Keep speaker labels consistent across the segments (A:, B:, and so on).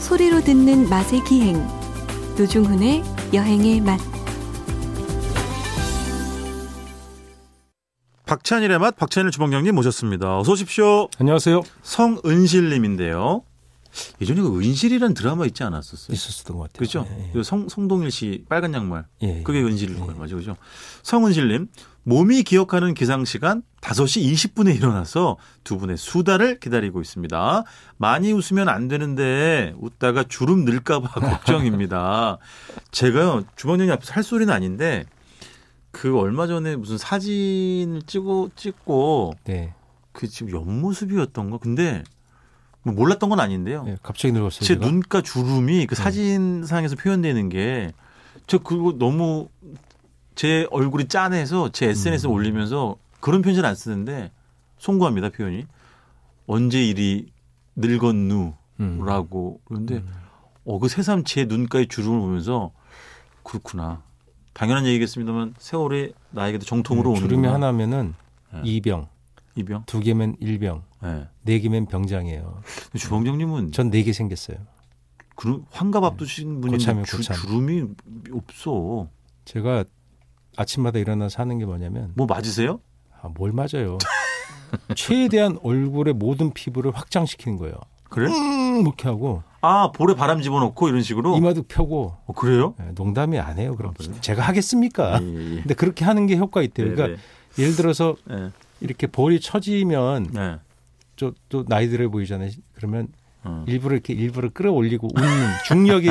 A: 소리로 듣는 맛의 기행 노중훈의 여행의 맛
B: 박찬일의 맛 박찬일 주방장님 모셨습니다. 어서 오십시오.
C: 안녕하세요.
B: 성은실님인데요. 예전에 그 은실이라는 드라마 있지 않았었어요?
C: 있었던 것 같아요.
B: 그죠?
C: 예,
B: 그 성, 송동일 씨 빨간 양말.
C: 예. 예.
B: 그게 은실일 거예요. 맞죠? 그죠? 성은실님, 몸이 기억하는 기상시간 5시 20분에 일어나서 두 분의 수다를 기다리고 있습니다. 많이 웃으면 안 되는데 웃다가 주름 늘까봐 걱정입니다. 제가요, 주방장님 앞에서 할 소리는 아닌데 그 얼마 전에 무슨 사진을 찍고, 찍고
C: 네.
B: 그 지금 옆모습이었던가? 근데 뭐 몰랐던 건 아닌데요.
C: 예, 갑자기 늙었어요.
B: 제
C: 제가.
B: 눈가 주름이 그
C: 네.
B: 사진상에서 표현되는 게 저 그거 너무 제 얼굴이 짠해서 제 SNS 에
C: 음.
B: 올리면서 그런 표현을 안 쓰는데 송구합니다 표현이 언제 이리 늙었누라고
C: 음.
B: 그런데
C: 음.
B: 어 그 새삼 제 눈가의 주름을 보면서 그렇구나 당연한 얘기겠습니다만 세월이 나에게도 정통으로 오는
C: 네, 주름이 하나면은
B: 예.
C: 이병,
B: 이병
C: 두 개면 일병,
B: 예
C: 네 개면 병장이에요.
B: 주방장님은
C: 전 네 개 생겼어요.
B: 그런 환갑 앞두신 분인데
C: 네. 고참이에요,
B: 주,
C: 고참.
B: 주름이 없어
C: 제가 아침마다 일어나서 하는 게 뭐냐면
B: 뭐 맞으세요?
C: 아, 뭘 맞아요. 최대한 얼굴의 모든 피부를 확장시키는 거예요.
B: 그래?
C: 음, 이렇게 하고
B: 아 볼에 바람 집어넣고 이런 식으로
C: 이마도 펴고
B: 어, 그래요?
C: 예, 농담이 안 해요. 그럼
B: 아, 그래요?
C: 제가 하겠습니까?
B: 예, 예.
C: 근데 그렇게 하는 게 효과 있대요. 아. 네, 그러니까 예를 들어서
B: 네,
C: 이렇게 볼이 처지면
B: 네. 네.
C: 저, 또 나이 들어 보이잖아요. 그러면
B: 어.
C: 일부러 이렇게 일부러 끌어올리고 웃는 중력에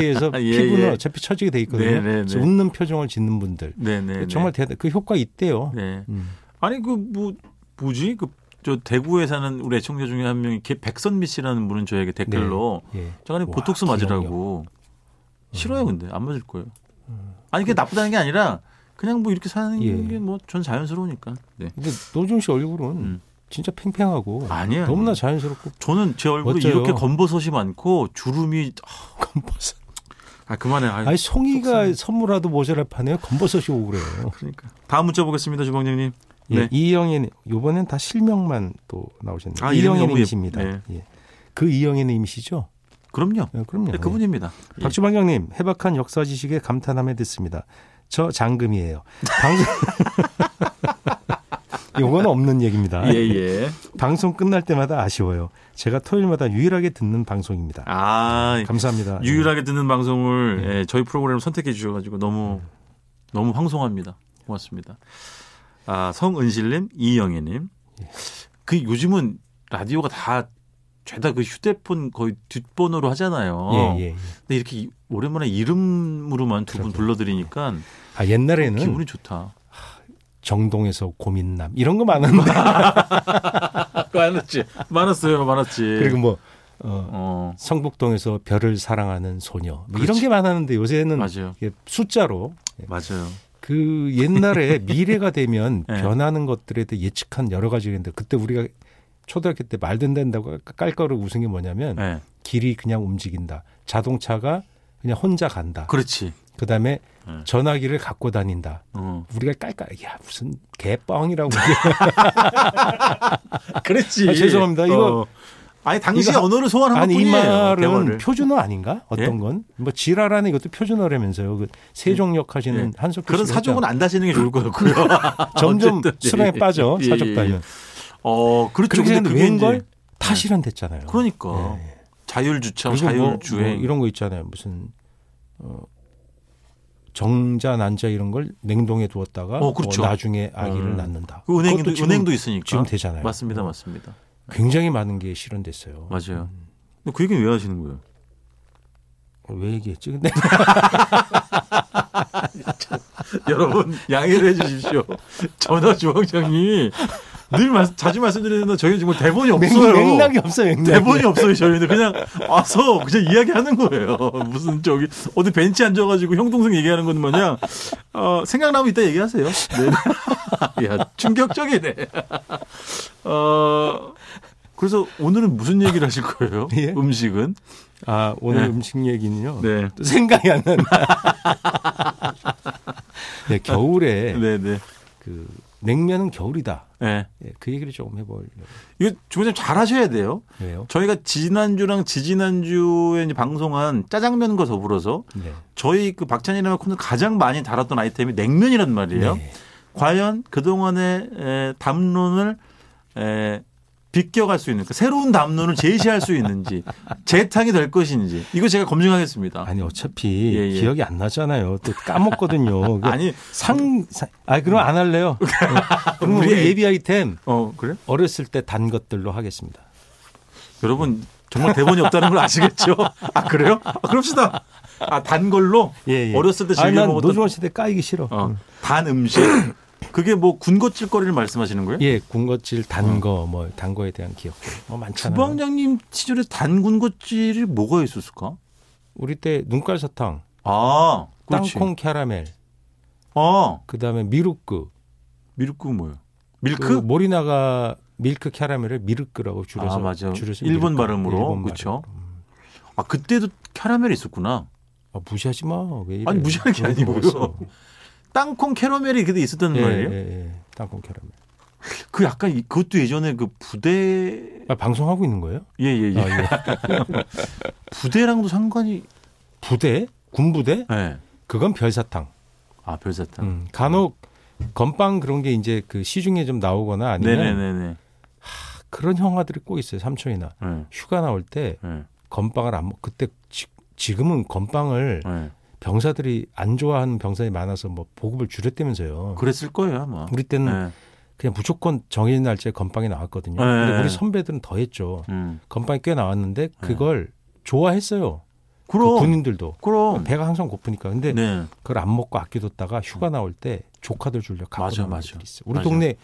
C: 의해서
B: 예,
C: 피부는
B: 예.
C: 어차피 처지게 돼 있거든요.
B: 네, 네, 네.
C: 그래서 웃는 표정을 짓는 분들
B: 네, 네, 네.
C: 정말 대단 그 효과 있대요.
B: 네.
C: 음.
B: 아니 그 뭐 뭐지 그 저 대구에 사는 우리 애청자 중에 한 명이 개- 백선미 씨라는 분은 저에게 댓글로
C: 예.
B: 저간에
C: 와, 음.
B: 보톡스 맞으라고 싫어요 근데 안 맞을 거예요. 아니 그게 나쁘다는 게 아니라 그냥 뭐 이렇게 사는
C: 예.
B: 게 뭐 전 자연스러우니까. 네.
C: 근데 노중 씨 얼굴은
B: 음.
C: 진짜 팽팽하고
B: 아니야. 예.
C: 너무나 자연스럽고
B: 저는 제 얼굴이
C: 멋져요.
B: 이렇게 검버섯이 많고 주름이
C: 검버섯.
B: 아 그만해. 아,
C: 아니 송이가
B: 속상해.
C: 선물하도 모자랄 판에요. 검버섯이 오고 그래요.
B: 그러니까 다음 문자 보겠습니다, 주방장님.
C: 예,
B: 네.
C: 이영애님 요번엔 다 실명만 또 나오셨네요.
B: 아, 이름이 너무
C: 이영애님이십니다.
B: 예쁘- 네.
C: 예. 그 이영애님이시죠?
B: 그럼요.
C: 예, 그럼요.
B: 네,
C: 예.
B: 그분입니다. 예.
C: 박주방장님 해박한 역사 지식에 감탄함에 듣습니다. 저 장금이에요. 방송 요건 없는 얘기입니다.
B: 예, 예.
C: 방송 끝날 때마다 아쉬워요. 제가 토요일마다 유일하게 듣는 방송입니다.
B: 아,
C: 감사합니다.
B: 유일하게 듣는 방송을 예, 저희 프로그램을 선택해 주셔가지고 너무 너무 황송합니다. 고맙습니다. 아, 성은실님, 이영애님.
C: 예.
B: 그 요즘은 라디오가 다 죄다 그 휴대폰 거의 뒷번호로 하잖아요.
C: 예, 그렇죠. 예, 예.
B: 근데 이렇게 이- 오랜만에 이름으로만 두 분
C: 그러게요.
B: 불러드리니까
C: 아 옛날에는
B: 어, 기분이 좋다.
C: 정동에서 고민남 이런 거 많았는데
B: 네. 아, 많았지, 많았어요, 많았지.
C: 그리고 뭐 어,
B: 어,
C: 성북동에서 별을 사랑하는 소녀 뭐 이런
B: 그렇지.
C: 게 많았는데 요새는
B: 맞아요,
C: 이게 숫자로
B: 맞아요.
C: 그 옛날에 미래가 되면
B: 예.
C: 변하는 것들에 대해 예측한 여러 가지가 있는데 그때 우리가 초등학교 때 말도 안 된다고 깔깔거려 웃은 게 뭐냐면
B: 예,
C: 길이 그냥 움직인다. 자동차가 그냥 혼자 간다.
B: 그렇지.
C: 그 다음에
B: 예.
C: 전화기를 갖고 다닌다.
B: 어.
C: 우리가 깔깔, 야, 무슨 개뻥이라고.
B: 그랬지. 어.
C: 아, 죄송합니다. 이거-
B: 아니 당시
C: 이거-
B: 언어를 소환한
C: 아니, 이
B: 것뿐이에요.
C: 말은
B: 대화를.
C: 표준어 아닌가? 어떤
B: 예?
C: 건? 뭐 지랄하는 이것도 표준어라면서요. 그 세종역 하시는 한석규
B: 예. 그런
C: 씨가
B: 사족은 안 다시는 게 좋을 거였고요.
C: 점점
B: 어쨌든, 예,
C: 수렁에
B: 예,
C: 빠져,
B: 예, 예,
C: 사족
B: 예.
C: 따면.
B: 어, 그렇죠.
C: 그렇게
B: 근데
C: 생각하는데
B: 그게 이제 예.
C: 웬걸? 다 실현됐잖아요.
B: 그러니까
C: 예, 예.
B: 자율 주차,
C: 그리고 뭐,
B: 자율 주행
C: 뭐 이런 거 있잖아요. 무슨 어, 정자 난자 이런 걸 냉동에 두었다가
B: 어, 그렇죠.
C: 뭐 나중에 아기를
B: 음.
C: 낳는다.
B: 그 은행도
C: 그것도 지금-
B: 은행도 있으니까.
C: 지금 되잖아요. 어.
B: 맞습니다, 맞습니다.
C: 굉장히 많은 게 실현됐어요.
B: 맞아요. 근데 그 얘기는 왜 하시는 거예요?
C: 어, 왜 얘기했지? 근데
B: 여러분 양해를 해주십시오. 전화 주방장님이 늘 말- 자주 말씀드리는데 저희 지금 대본이 없어요.
C: 맥락이 없어요. 맥락이.
B: 네. 대본이 없어요 저희는 그냥 와서 그냥 이야기하는 거예요 무슨 저기 어디 벤치 앉아가지고 형 동생 얘기하는 건 마냥 어, 생각나면 이따 얘기하세요 네. 야 충격적이네 어, 그래서 오늘은 무슨 얘기를 하실 거예요
C: 예?
B: 음식은
C: 아 오늘
B: 네.
C: 음식 얘기는요.
B: 네.
C: 또 생각이 안 난다. 네, 겨울에
B: 네네
C: 그 냉면은 겨울이다.
B: 예.
C: 예, 그 얘기를 조금 네. 해보려고.
B: 이거 주부님 잘 하셔야 돼요.
C: 왜요?
B: 저희가 지난주랑 지지난주에 이제 방송한 짜장면과 더불어서
C: 네.
B: 저희 그 박찬일이라는 코너 가장 많이 다뤘던 아이템이 냉면이란 말이에요.
C: 네.
B: 과연 그동안의 에, 담론을 에, 비껴갈 수 있는 그 새로운 담론을 제시할 수 있는지 재탕이 될 것인지 이거 제가 검증하겠습니다.
C: 아니 어차피
B: 예, 예.
C: 기억이 안 나잖아요. 또 까먹거든요. 그
B: 아니
C: 상, 상, 아 그럼 안 할래요. 그럼 우리
B: 우리
C: 예비 아이템
B: 어 그래?
C: 어렸을 때 단 것들로 하겠습니다.
B: 여러분 정말 대본이 없다는 걸 아시겠죠? 아 그래요? 아, 그럽시다. 아 단 걸로 어렸을 때
C: 예, 아니,
B: 즐겨
C: 난
B: 먹었던
C: 노중원 시대 까이기 싫어.
B: 어, 단 음식 그게 뭐 군것질거리를 말씀하시는 거예요?
C: 예, 군것질 단 거, 뭐, 단 거에 대한 기억. 뭐 많잖아요.
B: 어. 주방장님 시절에 단 군것질이 뭐가 있었을까?
C: 우리 때 눈깔 사탕,
B: 아 그렇지.
C: 땅콩 캐러멜,
B: 아
C: 그 다음에 미루크.
B: 밀크 뭐예요?
C: 그
B: 밀크?
C: 모리나가 밀크 캐러멜을 미르크라고 줄여서.
B: 아, 맞아.
C: 줄여서
B: 일본
C: 밀크.
B: 발음으로.
C: 일본
B: 그쵸?
C: 발음으로. 음.
B: 아 그때도 캐러멜이 있었구나.
C: 아, 무시하지 마. 왜 이래.
B: 아니, 무시하는 게
C: 우리도
B: 아니고요.
C: 먹었어.
B: 땅콩 캐러멜이 그때 있었단
C: 예,
B: 말이에요.
C: 예, 예. 땅콩 캐러멜.
B: 그 약간 이- 그것도 예전에 그 부대
C: 아, 방송하고 있는 거예요?
B: 예예예
C: 아, 예.
B: 부대랑도 상관이
C: 부대? 군부대?
B: 예.
C: 그건 별사탕.
B: 아 별사탕.
C: 음, 간혹 건빵 그런 게 이제 그 시중에 좀 나오거나 아니면
B: 네네네네.
C: 그런 형아들이 꼭 있어요. 삼촌이나
B: 예,
C: 휴가 나올 때
B: 예,
C: 건빵을 안 먹. 그때 지, 금은 건빵을
B: 예.
C: 병사들이 안 좋아하는 병사들이 많아서 뭐 보급을 줄였다면서요.
B: 그랬을 거예요 아마.
C: 우리 때는
B: 예.
C: 그냥 무조건 정해진 날짜에 건빵이 나왔거든요.
B: 네.
C: 근데 우리 선배들은 더했죠.
B: 음.
C: 건빵이 꽤 나왔는데 그걸 좋아했어요. 네. 그
B: 그럼
C: 군인들도 예.
B: 그럼.
C: 어, 배가 항상 고프니까. 근데
B: 네. 어.
C: 그걸 안 먹고 아껴뒀다가 휴가 나올 때 조카들 주려 갖고
B: 맞아,
C: 나온
B: 맞아.
C: 애들이 있어요. 우리
B: 맞아.
C: 동네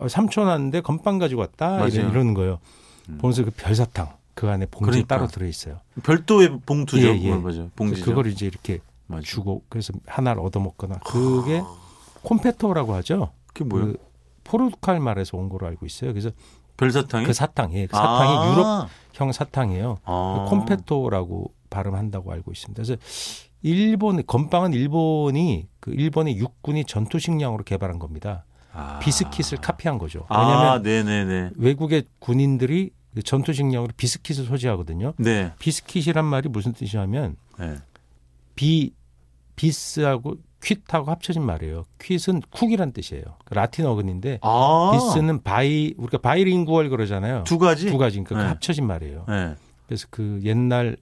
C: 어, 삼촌 왔는데 건빵 가지고 왔다
B: 맞아요.
C: 이런 이러는 거예요.
B: 음.
C: 보면서 그 별사탕 그 안에 봉지
B: 그러니까.
C: 따로 들어 있어요.
B: 별도의 봉투죠.
C: 예, 예.
B: 그건 맞아요. 봉지죠.
C: 그걸 이제 이렇게
B: 맞아요.
C: 주고 그래서 하나를 얻어 먹거나 그게 콤페토라고 하죠.
B: 그게 뭐예요?
C: 그 포르투갈 말에서 온 거로 알고 있어요. 그래서
B: 별사탕이.
C: 그 사탕, 예, 그 사탕이
B: 아.
C: 유럽형 사탕이에요.
B: 아.
C: 그 콤페토라고 발음한다고 알고 있습니다. 그래서 일본 건빵은 일본이 그 일본의 육군이 전투 식량으로 개발한 겁니다.
B: 아.
C: 비스킷을 카피한 거죠.
B: 아
C: 왜냐하면
B: 네네네.
C: 외국의 군인들이 그 전투 식량으로 비스킷을 소지하거든요.
B: 네.
C: 비스킷이란 말이 무슨 뜻이냐면
B: 네.
C: 비 비스하고 퀴트하고 합쳐진 말이에요. 퀴트는 쿡이란 뜻이에요. 그 라틴 어근인데
B: 아.
C: 비스는 바이 우리가 바이링구얼 그러잖아요.
B: 두 가지.
C: 두 가지니까 그
B: 네.
C: 합쳐진 말이에요.
B: 네.
C: 그래서 그 옛날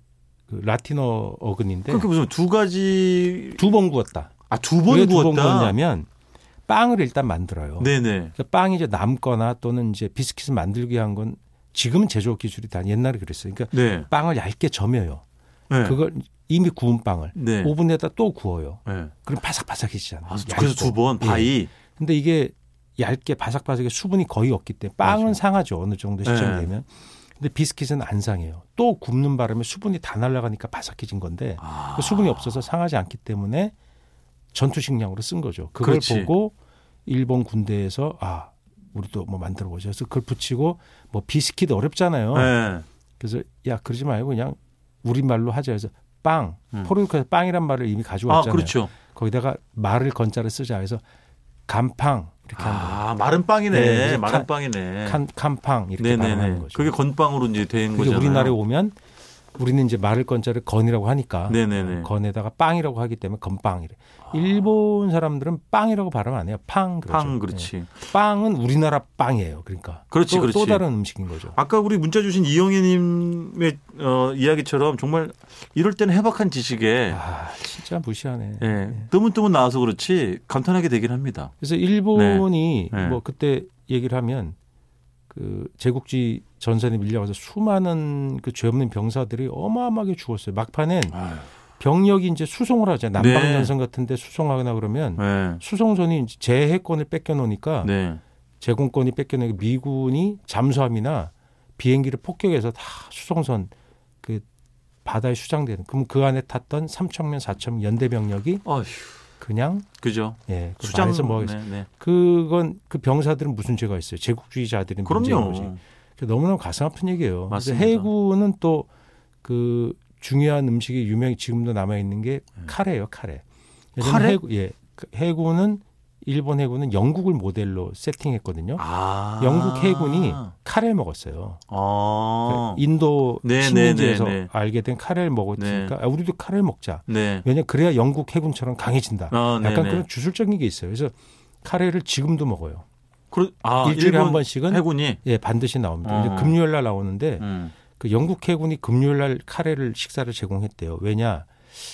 C: 그 라틴어 어근인데
B: 그렇게 무슨 두 가지
C: 두 번 구웠다.
B: 아 두 번
C: 두 번
B: 구웠다.
C: 구웠냐면 빵을 일단 만들어요.
B: 네네.
C: 그러니까 빵이 이제 남거나 또는 이제 비스킷을 만들기 위한 건 지금 제조 기술이 다 옛날에 그랬어요. 그러니까
B: 네.
C: 빵을 얇게 점여요.
B: 네.
C: 그걸 이미 구운 빵을
B: 네.
C: 오븐에다 또 구워요.
B: 네.
C: 그럼 바삭바삭해지잖아요.
B: 아, 그래서 두
C: 얇고.
B: 번
C: 예.
B: 바이.
C: 근데 이게 얇게 바삭바삭해 수분이 거의 없기 때문에 빵은 상하죠. 어느 정도 시점이
B: 네.
C: 되면. 근데 비스킷은 안 상해요. 또 굽는 바람에 수분이 다 날아가니까 바삭해진 건데
B: 아.
C: 그 수분이 없어서 상하지 않기 때문에 전투 식량으로 쓴 거죠. 그걸
B: 그렇지.
C: 보고 일본 군대에서 아 우리도 뭐 만들어 보자. 그래서 그걸 붙이고 뭐 비스킷 어렵잖아요.
B: 네.
C: 그래서 야 그러지 말고 그냥 우리 말로 하자. 그래서 빵
B: 음.
C: 포르투갈에서 빵이란 말을 이미 가지고
B: 아,
C: 왔잖아요.
B: 그렇죠.
C: 거기다가 말을 건자를 쓰자 해서 간팡 이렇게 한 거예요.
B: 아, 마른 빵이네.
C: 네, 그래서
B: 마른
C: 칸-
B: 빵이네.
C: 간, 간팡 이렇게 발음하는
B: 네네네.
C: 거죠.
B: 그게 건빵으로 이제 된
C: 그게
B: 거잖아요.
C: 우리나라에 오면 우리는 이제 말을 건자를 건이라고 하니까
B: 네네네.
C: 건에다가 빵이라고 하기 때문에 건빵이래. 일본 사람들은 빵이라고 발음 안 해요. 팡 그러죠.
B: 빵 그렇지.
C: 예. 빵은 우리나라 빵이에요. 그러니까.
B: 그렇지,
C: 또, 또
B: 그렇지.
C: 다른 음식인 거죠.
B: 아까 우리 문자 주신 이영애님의 어, 이야기처럼 정말 이럴 때는 해박한 지식에
C: 아, 진짜 무시하네.
B: 예, 뜨문뜨문 나와서 그렇지 감탄하게 되긴 합니다.
C: 그래서 일본이
B: 네. 네.
C: 뭐 그때 얘기를 하면 그 제국지 전선에 밀려가서 수많은 그 죄 없는 병사들이 어마어마하게 죽었어요. 막판엔 병력이 이제 수송을 하자. 남방전선 같은데 수송하거나 그러면
B: 네.
C: 수송선이 이제 재해권을 뺏겨놓으니까
B: 네.
C: 제공권이 뺏겨내고 미군이 잠수함이나 비행기를 폭격해서 다 수송선 그 바다에 수장되는 그럼 그 안에 탔던 삼청면 사청 연대 병력이
B: 어휴,
C: 그냥
B: 그죠.
C: 예, 그
B: 수장.
C: 안에서 뭐
B: 네, 네.
C: 그건 그 병사들은 무슨 죄가 있어요? 제국주의자들은 문제인 거지.
B: 그럼요.
C: 그 너무나 가슴 아픈 얘기예요. 그래서
B: 맞습니다.
C: 해군은 또 그 중요한 음식이 유명히 지금도 남아 있는 게 카레예요, 카레. 예전에
B: 네. 카레?
C: 해군, 예, 그 해군은 일본 해군은 영국을 모델로 세팅했거든요.
B: 아.
C: 영국 해군이 카레를 먹었어요.
B: 어.
C: 인도
B: 네,
C: 식민지에서
B: 네, 네, 네.
C: 알게 된 카레를 먹었으니까 아, 우리도 카레를 먹자.
B: 네.
C: 왜냐 그래야 영국 해군처럼 강해진다.
B: 어, 네,
C: 약간
B: 네.
C: 그런 주술적인 게 있어요. 그래서 카레를 지금도 먹어요.
B: 그러, 아,
C: 일주일에
B: 일본
C: 한 번씩은
B: 해군이
C: 예 반드시 나옵니다. 근데
B: 어.
C: 금요일 날 나오는데
B: 음.
C: 그 영국 해군이 금요일 날 카레를 식사를 제공했대요. 왜냐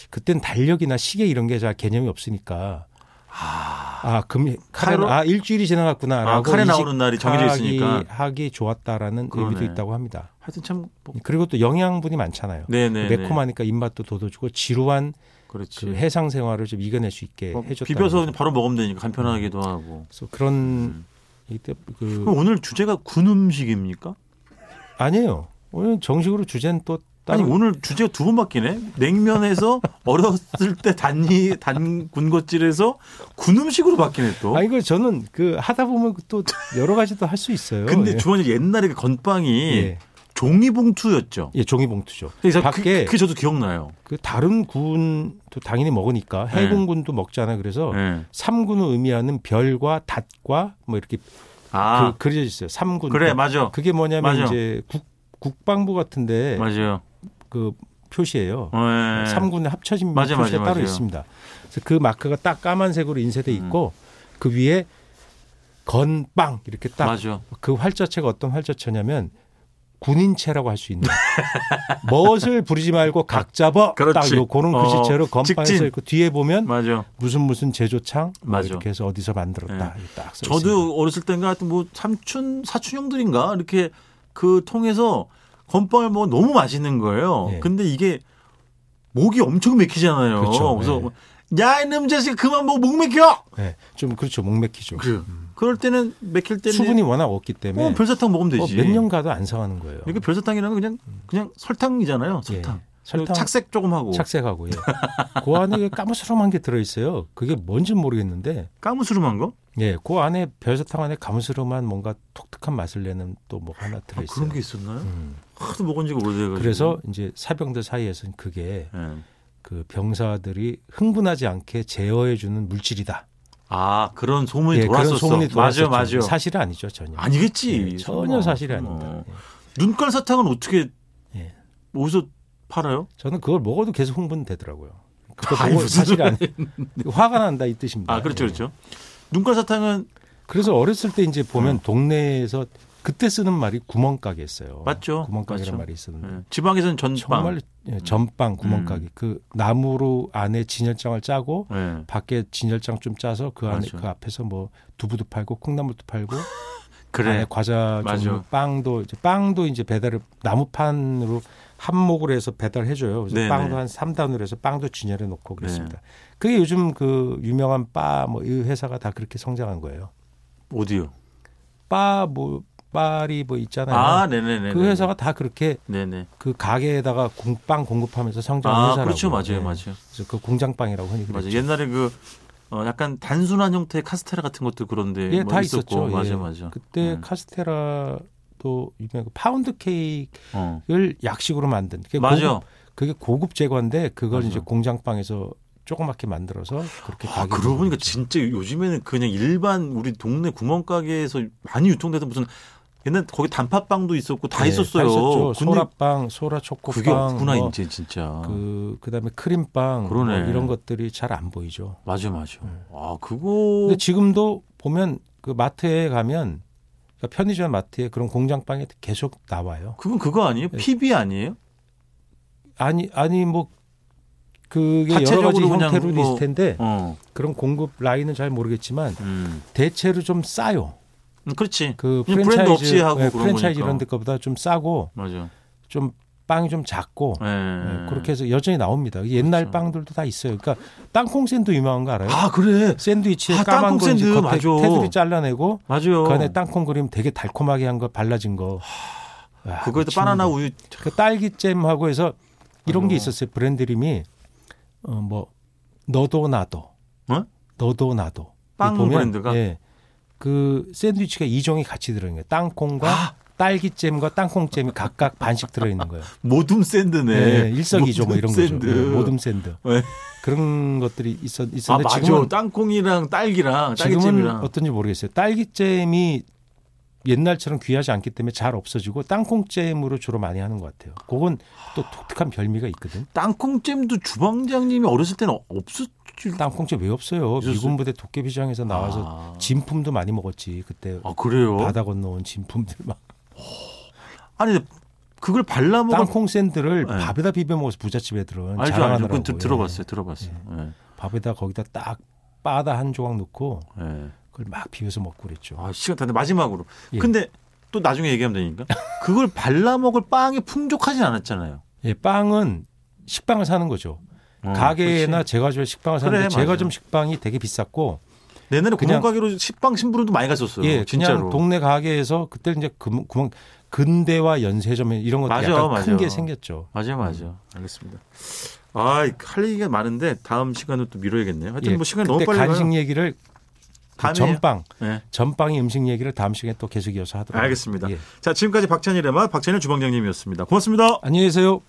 C: 그땐 달력이나 시계 이런 게 잘 개념이 없으니까
B: 아.
C: 아금 카레
B: 카레로?
C: 아 일주일이 지나갔구나라고
B: 아, 카레
C: 인식-
B: 나오는 날이 정해져 있으니까.
C: 하기, 하기 좋았다라는
B: 그러네.
C: 의미도 있다고 합니다.
B: 하여튼 참 뭐-
C: 그리고 또 영양분이 많잖아요.
B: 네네 네.
C: 그 매콤하니까 입맛도 돋워주고 지루한
B: 그렇지.
C: 그 해상 생활을 좀 이겨낼 수 있게
B: 뭐
C: 해줬다.
B: 비벼서 그냥 바로 먹으면 되니까 간편하기도 하고.
C: 그래서 그런
B: 음.
C: 이때 그
B: 그럼 오늘 주제가 군 음식입니까?
C: 아니에요. 오늘 정식으로 주제는 또
B: 아니
C: 따로
B: 오늘 주제가 두 번 바뀌네. 냉면에서 어렸을 때 단이 단 군것질에서 군 음식으로 바뀌네 또.
C: 아 이거 저는 그 하다 보면 또 여러 가지도 할 수 있어요.
B: 근데
C: 예.
B: 주원이 옛날에 그 건빵이
C: 예.
B: 종이봉투였죠.
C: 예, 종이봉투죠.
B: 그래서 그-
C: 밖에
B: 그게
C: 그,
B: 저도 기억나요.
C: 다른 군도 당연히 먹으니까
B: 네.
C: 해군군도 먹잖아. 그래서
B: 예.
C: 삼군을 의미하는 별과 닷과 뭐 이렇게
B: 아
C: 그, 그려져 있어요. 삼군
B: 그, 래 맞아
C: 그게 뭐냐면
B: 맞아.
C: 이제 국, 국방부 같은데
B: 맞아요.
C: 그 표시예요.
B: 예.
C: 삼군의 합쳐진
B: 맞아,
C: 표시가
B: 맞아,
C: 따로
B: 맞아요. 음.
C: 있습니다. 그래서 그 마크가 딱 까만색으로 인쇄돼 있고 그 위에 건빵 이렇게 딱 그
B: 맞아.
C: 활자체가 어떤 활자체냐면 군인체라고 할 수 있는 멋을 부리지 말고 각 잡아
B: 그렇지.
C: 딱요 그런
B: 어,
C: 글씨체로 건빵에서
B: 직진.
C: 있고 뒤에 보면
B: 맞아.
C: 무슨 무슨 제조창 뭐
B: 맞아. 네.
C: 이렇게 해서 어디서 만들었다 이렇게 딱 써있습니다.
B: 저도 어렸을 때인가 하여튼 뭐 삼촌 사촌 형들인가 이렇게 그 통해서 건빵을 먹어 너무 맛있는 거예요.
C: 예.
B: 근데 이게 목이 엄청 맥히잖아요.
C: 그렇죠.
B: 래서 야 이놈 자식 그만 먹어 목 맥혀.
C: 네, 좀 그렇죠 목맥히죠.
B: 그 그럴 때는 맥힐 때는
C: 수분이 워낙 없기
B: 어,
C: 때문에
B: 별사탕 먹으면 되지.
C: 몇 년 가도 안 상하는 거예요.
B: 이게 별사탕이라는 건 그냥 그냥 설탕이잖아요.
C: 예.
B: 설탕. 그
C: 설탕
B: 착색 조금 하고
C: 착색하고 예. 그 안에 까무스름한 게 들어있어요. 그게 뭔지 모르겠는데
B: 까무스름한 거?
C: 예, 그 안에 별사탕 안에 가무스름한 뭔가 독특한 맛을 내는 또 뭐 하나
B: 아,
C: 들어있어요.
B: 그런 게 있었나요?
C: 음.
B: 하도 먹은 지가 오래돼가지고.
C: 그래서 이제 사병들 사이에서는 그게
B: 예.
C: 그 병사들이 흥분하지 않게 제어해주는 물질이다.
B: 아 그런 소문이
C: 예,
B: 돌았었어.
C: 그런 소문이 돌았었죠.
B: 맞아 맞아.
C: 사실은 아니죠 전혀.
B: 아니겠지. 뭐. 어.
C: 예, 전혀 사실이 아닙니다. 예.
B: 눈깔 사탕은 어떻게
C: 예.
B: 어디서 팔아요?
C: 저는 그걸 먹어도 계속 흥분되더라고요. 그거
B: 아이,
C: 보고
B: 무슨
C: 사실이 아니 화가 난다 이 뜻입니다.
B: 아 그렇죠
C: 예.
B: 그렇죠. 눈깔 사탕은 아.
C: 그래서 어렸을 때 이제 보면 동네에서 그때 쓰는 말이 구멍가게였어요.
B: 맞죠.
C: 구멍가게라는
B: 맞죠.
C: 말이 있었는데
B: 예, 지방에서는 음. 전빵.
C: 정말 예, 전빵 구멍가게 그 나무로 안에 진열장을 짜고
B: 예.
C: 밖에 진열장 좀 짜서 그 안에
B: 맞아.
C: 그 앞에서 뭐 두부도 팔고 콩나물도 팔고 안에 네.
B: 그래.
C: 과자
B: 맞아.
C: 종류 빵도 이제 빵도 이제 배달을 나무판으로 한목으로 해서 배달해 줘요. 그래서
B: 네네. 네.
C: 빵도 한 3단으로 해서 빵도 진열해 놓고 그랬습니다. 그게 요즘 그 유명한 바 뭐 이 회사가 다 그렇게 성장한 거예요.
B: 어디요?
C: 바, 뭐, 빨이 뭐 있잖아요.
B: 아 네네네.
C: 그 회사가 다 그렇게
B: 네네.
C: 그 가게에다가 공- 빵 공급하면서 성장한
B: 아
C: 회사라고.
B: 그렇죠
C: 그렇죠.
B: 맞아요
C: 예.
B: 맞아요.
C: 그래서 그 공장빵이라고 흔히
B: 맞아
C: 그랬죠.
B: 옛날에 그 어, 약간 단순한 형태의 카스테라 같은 것도 그런데
C: 예,
B: 뭐
C: 다
B: 있었고
C: 있었죠.
B: 맞아
C: 예.
B: 맞아.
C: 그때
B: 음.
C: 카스테라도 유명한 그 파운드 케이크를
B: 어.
C: 약식으로 만든 그게
B: 맞아.
C: 고급, 그게 고급 제과인데 그걸
B: 맞아.
C: 이제 공장빵에서 조그맣게 만들어서 그렇게
B: 아,
C: 가게.
B: 그러고 보니까 진짜 요즘에는 그냥 일반 우리 동네 구멍가게에서 많이 유통되던 무슨 옛날 거기 단팥빵도 있었고 다 있었어요.
C: 죠
B: 근데
C: 예, 네, 소라빵, 소라초코빵.
B: 그게 없구나
C: 뭐
B: 이제 진짜.
C: 그 그다음에 크림빵 뭐
B: 그러네.
C: 이런 것들이 잘 안 보이죠.
B: 맞아 맞아.
C: 음.
B: 아 그거
C: 근데 지금도 보면 그 마트에 가면 그러니까 편의점 마트에 그런 공장빵이 계속 나와요.
B: 그건 그거 아니에요?
C: 네.
B: PB 아니에요?
C: 아니 아니 뭐 그게 여러
B: 자체적으로
C: 가지
B: 그냥
C: 형태로
B: 뭐-
C: 있을 텐데
B: 어.
C: 그런 공급 라인은 잘 모르겠지만
B: 음.
C: 대체로 좀 싸요.
B: 음, 그렇지.
C: 그
B: 그냥
C: 프랜차이즈
B: 브랜드 없이 하고 그러니까.
C: 예,
B: 그런
C: 프랜차이즈
B: 거니까.
C: 이런 데 거보다 좀 싸고
B: 맞아.
C: 좀 빵이 좀 작고
B: 예.
C: 예, 그렇게 해서 여전히 나옵니다. 옛날
B: 그렇죠.
C: 빵들도 다 있어요. 그러니까 땅콩 샌드 유명한 거 알아요?
B: 아 그래.
C: 샌드위치에
B: 아,
C: 까만
B: 땅콩
C: 거 이제
B: 샌드,
C: 겉에
B: 맞아.
C: 테두리 잘라내고
B: 맞아요.
C: 그 안에 땅콩 그림 되게 달콤하게 한 거 발라진 거. 와,
B: 아, 그거에도
C: 미친놈들.
B: 바나나 우유
C: 그 딸기잼하고 해서 이런
B: 아이고.
C: 게 있었어요. 브랜드 이름이 어 뭐 너도 나도.
B: 어?
C: 너도 나도.
B: 빵
C: 보면,
B: 브랜드가?
C: 예. 그 샌드위치가 이종이 같이 들어 있는 거예요. 땅콩과
B: 아,
C: 딸기잼과 땅콩잼이 각각 반씩 들어있는 거예요.
B: 모둠 샌드네.
C: 네, 일석이조 뭐 이런
B: 샌드.
C: 거죠. 네, 모둠 샌드.
B: 네.
C: 그런 것들이 있었,
B: 아
C: 있었는데
B: 맞아.
C: 지금은,
B: 땅콩이랑 딸기랑
C: 지금은
B: 딸기잼이랑.
C: 어떤지 모르겠어요. 딸기잼이 옛날처럼 귀하지 않기 때문에 잘 없어지고 땅콩잼으로 주로 많이 하는 것 같아요. 그건 또 독특한 별미가 있거든.
B: 땅콩잼도 주방장님이 어렸을 때는 없었지.
C: 땅콩잼 왜 없어요?
B: 있었어요?
C: 미군 부대 도깨비장에서 나와서
B: 아.
C: 진품도 많이 먹었지. 그때
B: 아 그래요?
C: 바다 건너온 진품들 막
B: 아니 그걸 발라 먹은
C: 땅콩 샌드를
B: 네.
C: 밥에다 비벼 먹어서 부잣집 애들은
B: 알죠 알죠.
C: 자랑하느라고
B: 그건 들- 들어봤어요. 들어봤어요. 예.
C: 예. 밥에다 거기다 딱 빠다 한 조각 넣고
B: 예.
C: 그걸 막 비벼서 먹고 그랬죠.
B: 아 시간 다 됐는데 마지막으로.
C: 예.
B: 근데 또 나중에 얘기하면 되니까 그걸 발라 먹을 빵이 풍족하진 않았잖아요.
C: 예, 빵은 식빵을 사는 거죠.
B: 어,
C: 가게나
B: 그렇지.
C: 제과점 식빵을
B: 그래,
C: 사는데
B: 맞아요.
C: 제과점 식빵이 되게 비쌌고
B: 옛날에
C: 그냥-
B: 구멍가게로 식빵 심부름도 많이 갔었어요.
C: 예,
B: 진짜로.
C: 그냥 동네 가게에서 그때 이제 금, 금, 근대와 연세점 이런 것들
B: 맞아,
C: 약간
B: 맞아.
C: 큰 게 생겼죠.
B: 맞아요, 맞아요. 알겠습니다. 아, 할 얘기가 많은데 다음 시간은 또 미뤄야겠네요. 하여튼
C: 예,
B: 뭐 시간이 너무
C: 그때
B: 빨리 가요.
C: 간식 얘기를 그
B: 다음에요.
C: 전빵
B: 네.
C: 전빵의 음식 얘기를 다음 시간에 또 계속 이어서 하도록
B: 알겠습니다.
C: 예.
B: 자, 지금까지 박찬일의 맛 박찬일 주방장님이었습니다. 고맙습니다.
C: 안녕히 계세요.